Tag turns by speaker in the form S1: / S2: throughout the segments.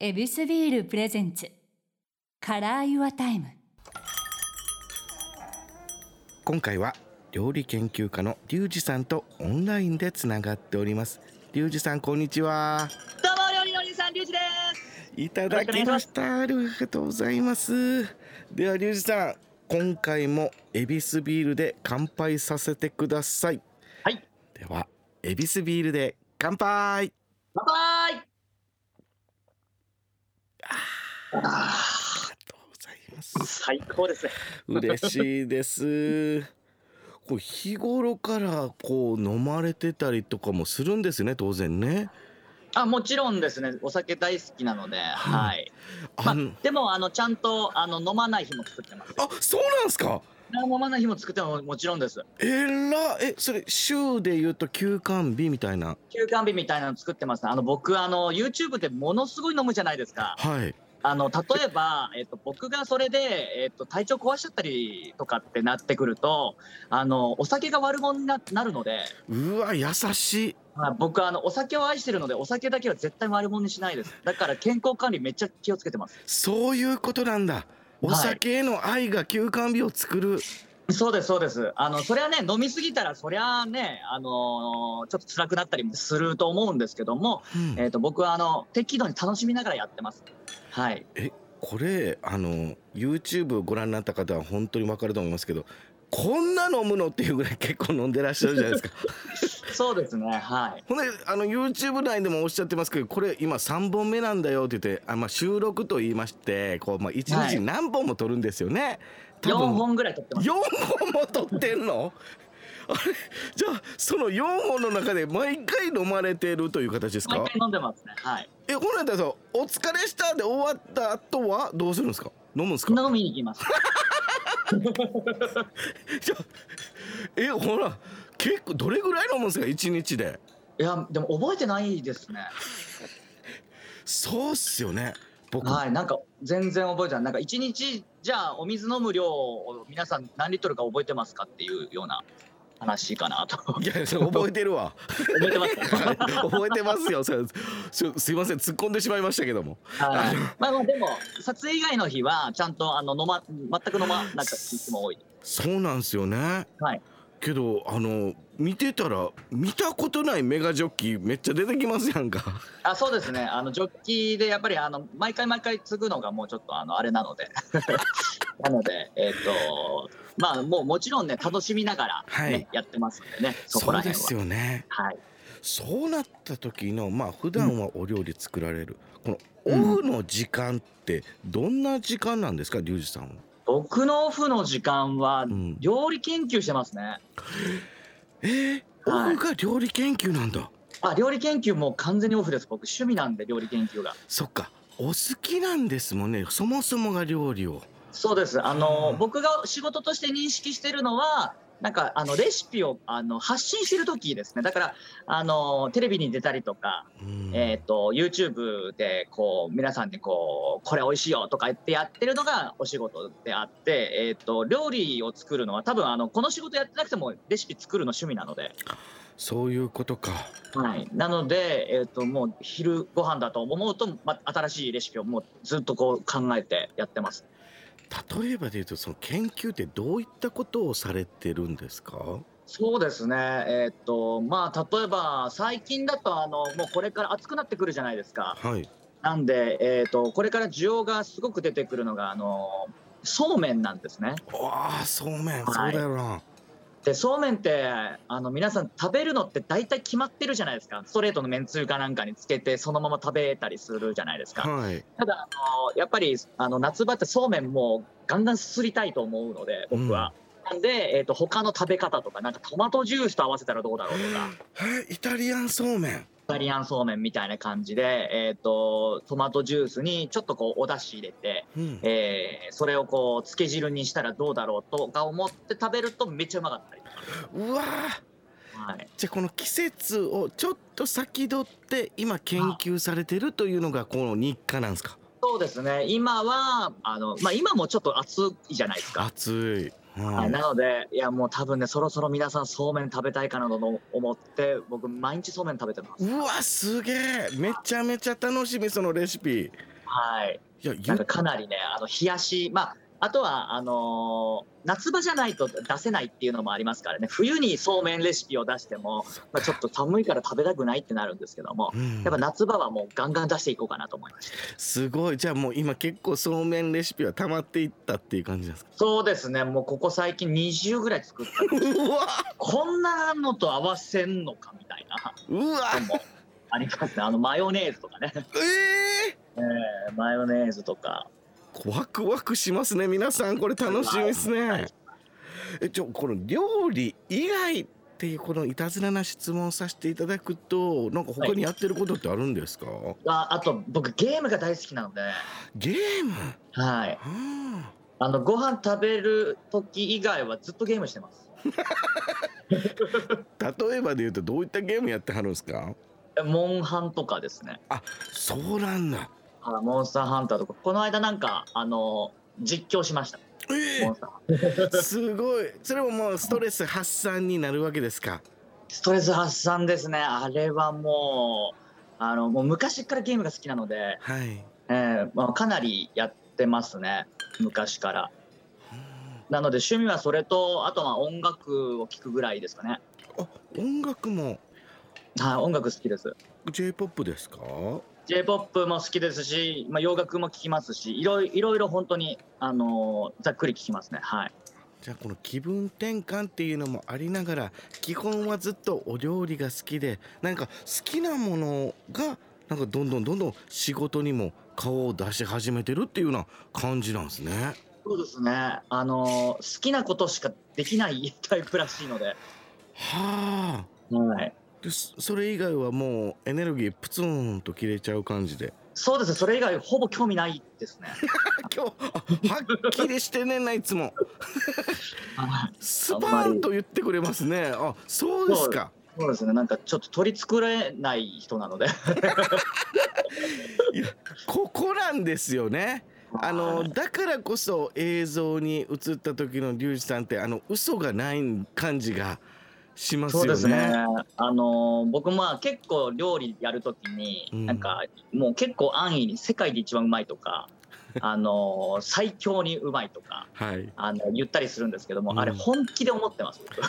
S1: エビスビールプレゼンツカラーユアタイム
S2: 今回は料理研究家のリュウジさんとオンラインでつながっておりますリュウジさんこんにちは
S3: どうも料理のお兄さんリュウジです。
S2: いただきましたありがとうございますではリュウジさん今回もエビスビールで乾杯させてください
S3: はい
S2: ではエビスビールで乾杯
S3: 乾杯。
S2: ありがとうございます
S3: 最高ですね。
S2: 嬉しいです。 こう日頃からこう飲まれてたりとかもするんですね当然ね。
S3: あもちろんですね。お酒大好きなので、はい。ま
S2: あ
S3: あ
S2: の、
S3: でもあのちゃんとあの飲まない日も作ってます。
S2: あそうなんですか。
S3: 飲まない日も作ってももちろんです。
S2: えらえそれ週で言うと休館日みたいな。
S3: 休館日みたいなの作ってます。あの僕あの YouTube でものすごい飲むじゃないですか。
S2: はい。
S3: あの例え ばえっと僕がそれでえっと体調壊しちゃったりとかってなってくると、あのお酒が悪者にななるので、
S2: うわ優しい。
S3: まあ、僕はあのお酒を愛してるのでお酒だけは絶対悪者にしないですだから健康管理めっちゃ気をつけてます
S2: そういうことなんだ。お酒への愛が休館日を作る。
S3: そうですそうですあのそれはね飲みすぎたらそりゃあねあのーちょっと辛くなったりもすると思うんですけども、
S2: うん
S3: えー、と僕はあの適度に楽しみながらやってますはい
S2: これあの YouTube をご覧になった方は本当にわかると思いますけど、こんな飲むのっていうぐらい結構飲んでらっしゃるじゃない ですか。
S3: そうですねはい
S2: ほんであの YouTube 内でもおっしゃってますけどこれ今3本目なんだよって言ってあ、まあ、収録と言いましてこう、まあ、1日に何本も撮るんですよね、
S3: 4
S2: 多分
S3: 本ぐらい取ってます
S2: 4本も撮ってんのあれじゃあその4本の中で毎回飲まれてるという形です
S3: 毎
S2: か
S3: 回飲んでますねはい
S2: え本来だと「お疲れした」で終わった後はどうするんですか飲むんですか
S3: 飲みに行き ます
S2: じゃあえほら結構どれぐらい飲むんですか1日で
S3: いやでも覚えてないですね
S2: そうっすよね僕、
S3: はい、なんか全然覚えてない、なんか一日じゃあお水飲む量を皆さん何リットルか覚えてますかっていうような話かなと
S2: いやそれ覚えてるわ
S3: 覚えてますか。
S2: はい覚えてますよ。それすすいません、突っ込んでしまいましたけども。
S3: はい、まあまあでも撮影以外の日はちゃんとあの飲ま全く飲まなくていつも多い。
S2: そうなんですよね。
S3: はい。
S2: けど、あの、見てたら、見たことないメガジョッキーめっちゃ出てきますやんか。
S3: あ、そうですね。あのジョッキーでやっぱりあの毎回毎回継ぐのがもうちょっとあのあれなので、なのでえっ、とまあもうもちろんね楽しみながら、ね
S2: はい
S3: やってますんでね。そこら辺は。
S2: よね。
S3: はい。
S2: そうなった時の、まあ、普段はお料理作られる。このオフの時間って、どんな時間なんですか、リュウジさんは。
S3: 僕のオフの時間は
S2: うん
S3: 料理研究してますね。
S2: えー、オ
S3: はい
S2: フが料理研究なんだ。
S3: あ、料理研究もう完全にオフです。僕趣味なんで料理研究が。
S2: そっか。お好きなんですもんね。そもそもが料理を。
S3: そうです。あの
S2: あー
S3: 僕が仕事として認識してるのは。なんかあのレシピをあの発信してる時ですねだからあのテレビに出たりとか、
S2: うん
S3: えー、と YouTube でこう皆さんにこうこれ美味しいよとか言ってやってるのがお仕事であって、えー、と料理を作るのは多分あのこの仕事やってなくてもレシピ作るの趣味なので
S2: そういうことか。
S3: はい、なので、えー、ともう昼ご飯だと思うと、ま、新しいレシピをもうずっとこう考えてやってます
S2: 例えばで言うとその研究ってどういったことをされてるんですか
S3: そうですねえっ、とまあ例えば最近だとあのもうこれから暑くなってくるじゃないですか
S2: はい
S3: なんで、えー、とこれから需要がすごく出てくるのがあのそうめんなんですね
S2: わあそうめん、
S3: はい
S2: そうだよな
S3: でそうめんってあの皆さん食べるのって大体決まってるじゃないですかストレートのめんつゆかなんかにつけてそのまま食べたりするじゃないですか
S2: はい
S3: ただあのやっぱりあの夏場ってそうめんもガンガンすすりたいと思うので僕は、なんで、えー、と他の食べ方とかなんかトマトジュースと合わせたらどうだろうとか
S2: えイタリアンそうめん
S3: イタリアンそうめんみたいな感じで、えー、とトマトジュースにちょっとこうお出汁入れて、
S2: うん
S3: えーそれをこう漬け汁にしたらどうだろうとか思って食べるとめっちゃうまかったりと
S2: うわあ
S3: か、はい、
S2: じゃあこの季節をちょっと先取って今研究されてるというのがこの日課なんですか
S3: そうですね今はあの、まあ、今もちょっと暑いじゃないですか。
S2: 暑い
S3: は、
S2: はい
S3: なので、いやもう多分ね、そろそろ皆さんそうめん食べたいかなと思って、僕毎日そうめん食べてます。
S2: うわすげえめちゃめちゃ楽しみそのレシピ
S3: はい。
S2: いや
S3: な
S2: ゆ
S3: んかかなりね、あの冷やし、まあ、あとはあのー夏場じゃないと出せないっていうのもありますからね、冬にそうめんレシピを出しても、まあ、ちょっと寒いから食べたくないってなるんですけども、
S2: うん
S3: やっぱ夏場はもうガンガン出していこうかなと思いました。
S2: すごいじゃあもう今結構そうめんレシピは溜まっていったっていう感じなんですか
S3: そうですね、もうここ最近20ぐらい作った。
S2: うわ
S3: こんなのと合わせんのかみたいな。
S2: うわ
S3: ありますね、あのマヨネーズとかね、
S2: ええ
S3: えーマヨネーズとか。
S2: ワクワクしますね皆さんこれ楽しみですねえちょこの料理以外っていうこのいたずらな質問させていただくとなんか他にやってることってあるんですか、
S3: ああと僕ゲームが大好きなので、
S2: ゲーム
S3: はい、
S2: うん
S3: あのご飯食べる時以外はずっとゲームしてます。
S2: 例えばで言うとどういったゲームやってはるんですか
S3: モンハンとかですね。
S2: そうなんだ
S3: あモンスターハンターとか、この間なんか、あの、実況しました。
S2: え
S3: モ
S2: え
S3: ンスターハンター
S2: すごいそれももうストレス発散になるわけですか
S3: ストレス発散ですね。あれはもう、あの、もう昔からゲームが好きなので、
S2: はい
S3: えーまあ、かなりやってますね。昔から。なので趣味はそれと、あとは音楽を聴くぐらいですかね。
S2: あ音楽も
S3: はい、音楽好きです。
S2: j p o p ですか
S3: J-POP も好きですし、まあ、洋楽も聴きますし、いろいいろいろ本当に、あのざっくり聴きますね。はい。
S2: じゃあこの気分転換っていうのもありながら基本はずっとお料理が好きでなんか好きなものがなんかどんどんどんどん仕事にも顔を出し始めてるっていうような感じなんですね。
S3: そうですね。あの好きなことしかできない タイプらしいので、
S2: はあ
S3: はい。
S2: でそそれ以外はもうエネルギープツンと切れちゃう感じで
S3: そうですね。それ以外ほぼ興味ないですね。
S2: あ今日あはっきりしてねんないつも
S3: はい
S2: スパーンと言ってくれますねあそうですか
S3: そうですね。なんかちょっと取り繕えない人なので、
S2: ここなんですよね。あのだからこそ映像に映った時のリュウジさんってあの嘘がない感じがします
S3: そうで
S2: よ
S3: すね。
S2: ね。
S3: あの僕まあ結構料理やるときに、
S2: うん
S3: なんかもう結構安易に世界で一番うまいとか、あの最強にうまいとか。
S2: はい。
S3: あの言ったりするんですけども、
S2: うん
S3: あれ本気で思ってます。僕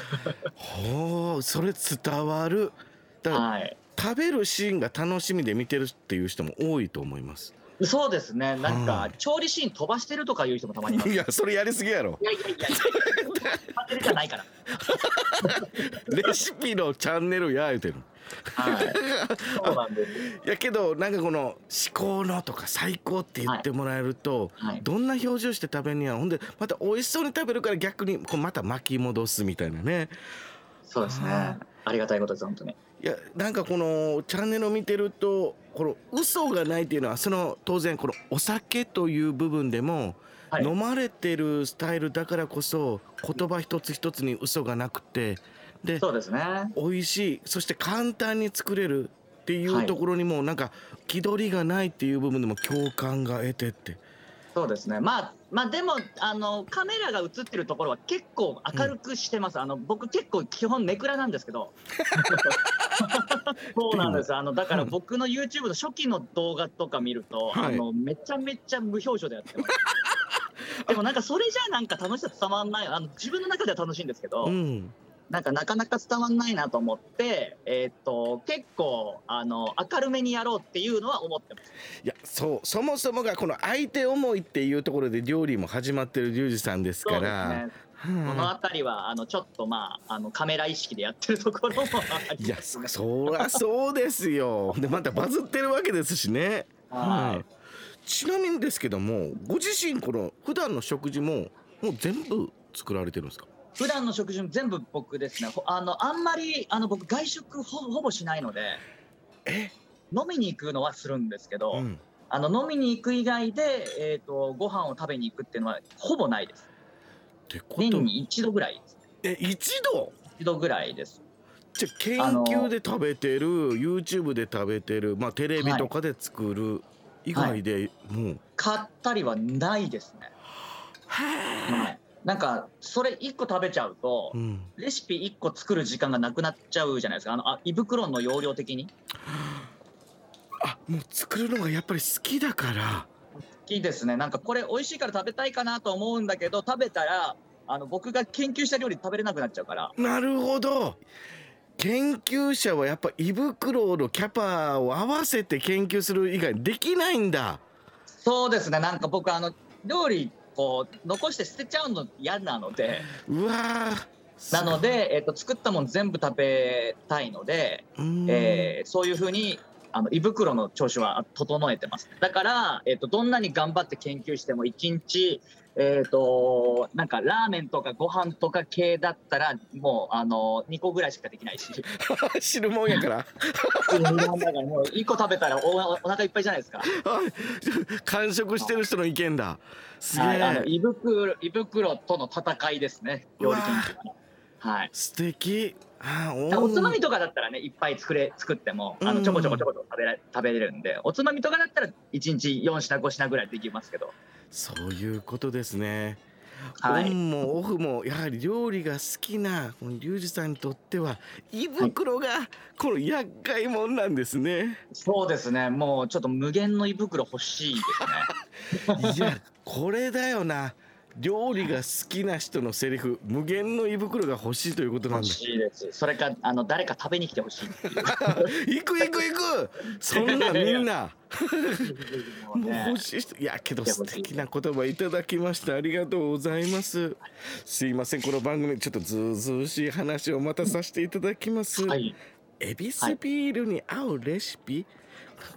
S2: ほうそれ伝わる。だから
S3: はい。
S2: 食べるシーンが楽しみで見てるっていう人も多いと思います。
S3: そうですね。なん
S2: は
S3: か
S2: い
S3: 調理シーン飛ばしてるとかいう人もたまに います
S2: い。やそれやりすぎやろ
S3: い。やいやいや、勝手じゃないから。
S2: レシピのチャンネルや言うてる。
S3: はい。そうなんです。
S2: やけどなんかこの至高のとか最高って言ってもらえると、
S3: はい
S2: どんな表情して食べんねやほんでまた美味しそうに食べるから逆にこうまた巻き戻すみたいなね
S3: そうですね。ありがたいことです、本当に。
S2: いやなんかこのチャンネルを見てるとこの嘘がないっていうのはその当然このお酒という部分でも、
S3: はい
S2: 飲まれてるスタイルだからこそ言葉一つ一つに嘘がなくてで
S3: そうですね。
S2: 美味しいそして簡単に作れるってい
S3: は
S2: う
S3: い
S2: ところにも、なんか気取りがないっていう部分でも共感が得てって
S3: そうですね。まあ、まあ、でも、あの、カメラが映ってるところは結構明るくしてます。あの、僕結構基本ネクラなんです けど。そうなんです。あの、だから、僕の YouTube の初期の動画とか見ると、
S2: はい
S3: あの、めちゃめちゃ無表情でやっ てます。でもなんかそれじゃなんか楽しさ伝わんないあの自分の中では楽しいんですけど、
S2: うん
S3: なんかなかなか伝わんないなと思って、えーっと結構あの明るめにやろうっていうのは思ってます。
S2: いやそうそもそもがこの相手思いっていうところで料理も始まってるリュウジさんです
S3: そ
S2: か
S3: うです
S2: ら
S3: ね。この辺りはあのちょっとまああのカメラ意識でやってるところもあ
S2: うんい
S3: り
S2: や
S3: ます
S2: そ
S3: ね。
S2: そらそうですよでまたバズってるわけですしね
S3: はい
S2: いちなみにですけどもご自身この普段の食事ももう全部作られてるんですか
S3: 普段の食事も全部僕ですね。ほあのあんまりあの僕外食ほほぼしないので
S2: え
S3: 飲みに行くのはするんですけど、
S2: うん
S3: あの飲みに行く以外でえーっ、とご飯を食べに行くっていうのはほぼないです。
S2: ってこ
S3: 年
S2: と
S3: に一度ぐらい
S2: え
S3: です。
S2: 一度
S3: 一度ぐらいです。
S2: じゃあ研究で食べてる YouTube で食べてる、まあ、テレビとかで作る以外で、もう
S3: 買ったりはないですね。はい、なんかそれ1個食べちゃうと、
S2: うん、
S3: レシピ1個作る時間がなくなっちゃうじゃないですかあのあ胃袋の容量的に
S2: あもう作るのがやっぱり好きだから
S3: きですねなんかこれ美味しいから食べたいかなと思うんだけど食べたらあの僕が研究した料理食べれなくなっちゃうから
S2: なるほど研究者はやっぱ胃袋のキャパを合わせて研究する以外できないんだ
S3: そうですねなんか僕あの料理こう残して捨てちゃうの嫌なので
S2: うわーすご
S3: ないので、えっと作ったもん全部食べたいので、
S2: うーん
S3: えーそういうふうにあの胃袋の調子は整えてますだから、えっとどんなに頑張って研究しても1日えっとなんかラーメンとかご飯とか系だったらもうあの2個ぐらいしかできないし
S2: 知るもんやから
S3: なんだかもう1個食べたらおおお腹いっぱいじゃないですか。
S2: あ完食してる人の意見だすげ
S3: はい、あの
S2: え
S3: 胃袋胃袋との戦いですね料理研究は。はい
S2: 素敵あー
S3: おつまみとかだったらねいっぱい作れ作ってもあ
S2: う
S3: の
S2: ん
S3: ちょこちょこちょこちょこ食べら食べれるんでおつまみとかだったら1日4品5品ぐらいできますけど
S2: そういうことですね、
S3: はい
S2: オンもオフもやはり料理が好きなこのリュウジさんにとっては胃袋がこの厄介もんなんですね、
S3: そうですねもうちょっと無限の胃袋欲しいですね
S2: い、やこれだよな料理が好きな人のセリフ無限の胃袋が欲しいということ なん
S3: 欲
S2: だ
S3: しいですそれかあの誰か食べに来てほしいっ ていう
S2: 行く行く行くそんなみんな
S3: も う
S2: もう
S3: ね
S2: 欲しい人いやけど素敵な言葉いただきましたありがとうございますすいませんこの番組ちょっとずうずうしい話をまたさせていただきます、
S3: はい
S2: エビスビールに合うレシピ、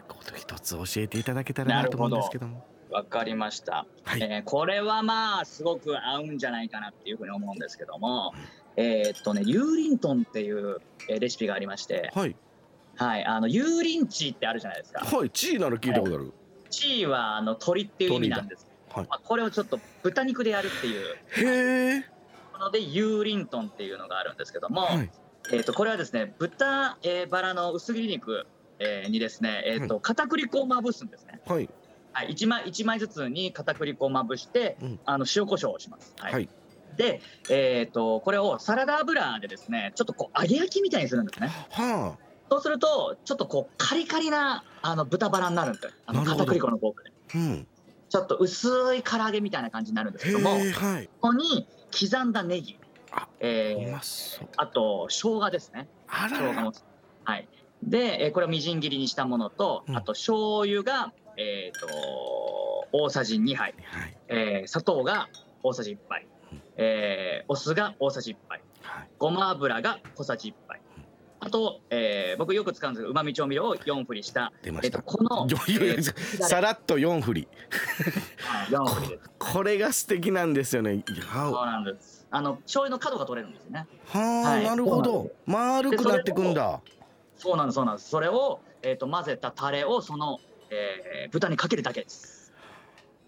S2: こと一つ教えていただけたらなと思うんですけども
S3: わかりました、
S2: はい
S3: えーこれはまあすごく合うんじゃないかなっていうふうに思うんですけどもえーっとねユーリントンっていうえーレシピがありまして
S2: はい
S3: はいあのユーリンチーってあるじゃないですか
S2: はい地位なら聞いたことある、
S3: チーはあの鳥っていう意味なんです、
S2: 鳥だはい
S3: まあ、これをちょっと豚肉でやるってい
S2: へ
S3: う
S2: え
S3: ものでユーリントンっていうのがあるんですけども、
S2: はい
S3: えー、とこれはですね豚、えーバラの薄切り肉、えーにですね、えーと片栗粉をまぶすんですね、
S2: はい
S3: はい、1, 枚一枚ずつに片栗粉をまぶして、
S2: うん
S3: あの塩コショウをします、は
S2: はい
S3: で、えー、とこれをサラダ油でですねちょっとこう揚げ焼きみたいにするんですね
S2: は
S3: そうするとちょっとこうカリカリなあの豚バラになるんですよあの
S2: なるほど
S3: 片栗粉の効果で
S2: あうん
S3: ちょっと薄い唐揚げみたいな感じになるんです
S2: へ
S3: けども
S2: えはい
S3: ここに刻んだネギ
S2: あ、う
S3: えー
S2: まそう
S3: あと生姜ですね
S2: あら
S3: 生姜もはいで、えーこれをみじん切りにしたものと、
S2: うん
S3: あと醤油がえっ、と大さじ2杯、
S2: はい
S3: えー砂糖が大さじ1杯、
S2: うん
S3: えーお酢が大さじ1杯
S2: はい
S3: ごま油が小さじ1杯あと、えー僕よく使うんですけどうまみ調味料を4振りした、
S2: 出ま
S3: え
S2: し
S3: ー、と
S2: た、
S3: この
S2: よよよさらっと四振り
S3: 4振りです
S2: これが素敵なんですよねいや
S3: そうなんですあの醤油の角が取れるんですよね
S2: はあ、
S3: はい
S2: なるほ
S3: そうなん
S2: ど
S3: で
S2: 丸くなってくんだ
S3: そうなんです、そうなんです。それを、えっ、と、混ぜたタレを、その、えー豚にかけるだけです。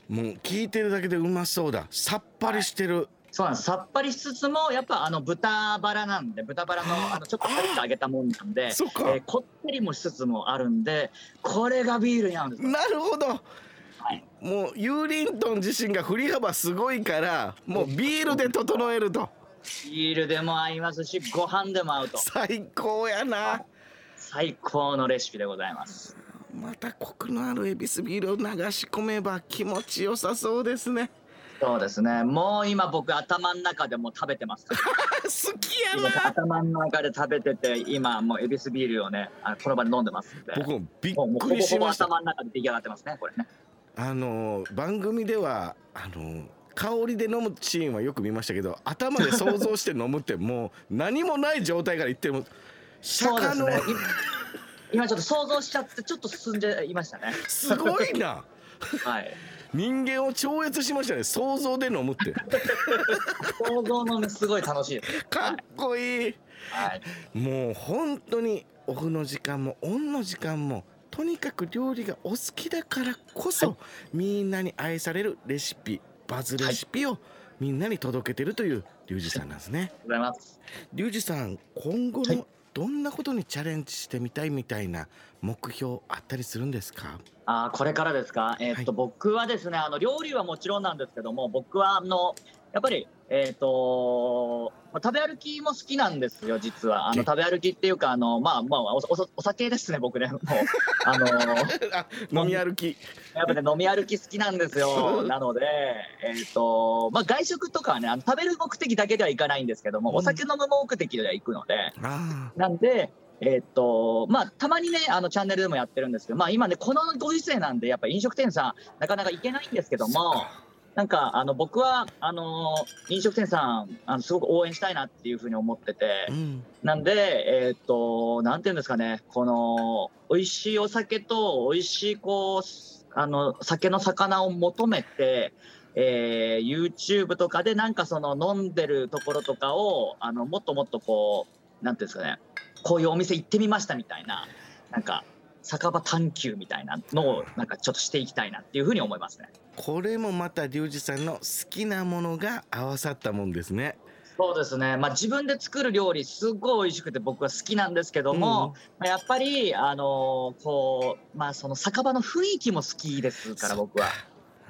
S2: もう聞いてるだけでうまそうださっぱりしてる、
S3: そうなんです。さっぱりしつつも、やっぱ、あの、豚バラなんで、豚バラの、あの、ちょっとカリッと揚げたもんなんで。
S2: そっ
S3: え
S2: か、
S3: ーこってりもしつつもあるんで、これがビールに合うんです。
S2: なるほど、
S3: い
S2: もうユーリントン自身が振り幅すごいからもうビールで整えると
S3: ビールでも合いますし、ご飯でも合うと。
S2: 最高やな
S3: 最高のレシピでございます。
S2: またコクのあるエビスビールを流し込めば気持ちよさそうですね
S3: そうですね。もう今、僕、頭の中でもう食べてますから。
S2: 好きや
S3: 今
S2: な
S3: 頭の中で食べてて、今、もう恵比寿ビールをね、あのこの場で飲んでますんで。
S2: 僕もびっ
S3: もうもう
S2: くりしました
S3: ほぼほぼ頭の中で出来上がってますね、これね。
S2: あのー番組ではあのー香りで飲むシーンはよく見ましたけど頭で想像して飲むってもう何もない状態から言っても釈迦の、
S3: い今ちょっと想像しちゃって、ちょっと進んでいましたね。
S2: すごいな
S3: はい。
S2: 人間を超越しましたね想像で飲む って
S3: 想像のすごい楽しいです。
S2: かっこいい
S3: はい。
S2: もう本当にオフの時間もオンの時間もとにかく料理がお好きだからこそ、みんなに愛されるレシピバズレシピをみんなに届けてるというリュウジさんなんですね。
S3: ございます。
S2: リュウジさん今後
S3: はい
S2: のどんなことにチャレンジしてみたいみたいな目標あったりするんですか
S3: あーこれからですか。えーっと、
S2: はい
S3: 僕はですね、あの料理はもちろんなんですけども、僕はあの。やっぱり、えーとまあ、食べ歩きも好きなんですよ、実は。あの
S2: え
S3: 食べ歩きっていうか、あのまあまあおお、お酒ですね、僕ね、もう あのや
S2: あ飲み歩き
S3: っぱね、飲み歩き好きなんですよ、なので、えーとまあ、外食とかはねあの、食べる目的だけでは行かないんですけども、
S2: うん
S3: お酒飲む目的では行くので、
S2: あ
S3: なんで、えーっとまあ、たまにねあのチャンネルでもやってるんですけど、まあ、今ねこのご時世なんでやっぱ飲食店さんなかなか行けないんですけどもなんかあの僕はあの飲食店さんあのすごく応援したいなっていうふうに思ってて
S2: あうん
S3: なんで、えーっとなんていうんですかねこの美味しいお酒と美味しいこうあの酒の魚を求めて。えー YouTube とかでなんかその飲んでるところとかをあのもっともっとこうなんていうんですかねこういうお店行ってみましたみたいななんか酒場探求みたいなのをなんかちょっとしていきたいなっていうふうに思いますね。
S2: これもまたリュウジさんの好きなものが合わさったもんですね。
S3: そうですね、まあ、自分で作る料理すごい美味しくて僕は好きなんですけども、まあやっぱり、あのーこうまあ、その酒場の雰囲気も好きですから僕は。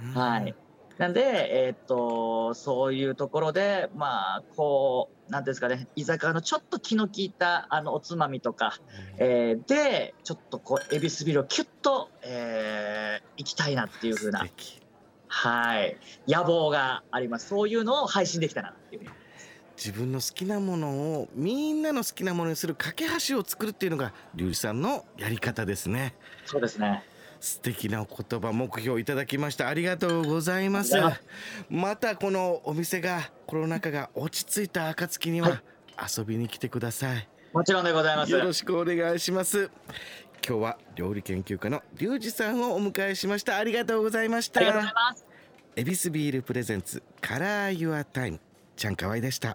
S2: うん
S3: はい。、なんで、えーっとそういうところで、まあ、こうなんていうんですかね居酒屋のちょっと気の利いたあのおつまみとか、えーでちょっとこうエビスビルをキュッと、えー行きたいなっていう風な
S2: 素敵
S3: はい野望がありますそういうのを配信できたらなっていうふうに
S2: 自分の好きなものをみんなの好きなものにする架け橋を作るっていうのがリュウジさんのやり方ですね。
S3: そうですね
S2: 素敵なお言葉目標いただきましたありがとうございます
S3: ありがと
S2: またこのお店がコロナ禍が落ち着いた暁には、
S3: は
S2: 遊びに来てください
S3: もちろんでございます
S2: よろしくお願いします今日は料理研究家のリュウジさんをお迎えしましたありがとうございまし
S3: ありがとうござい
S2: た
S3: ます
S2: エビスビールプレゼンツカラーユアタイムちゃんかわいでした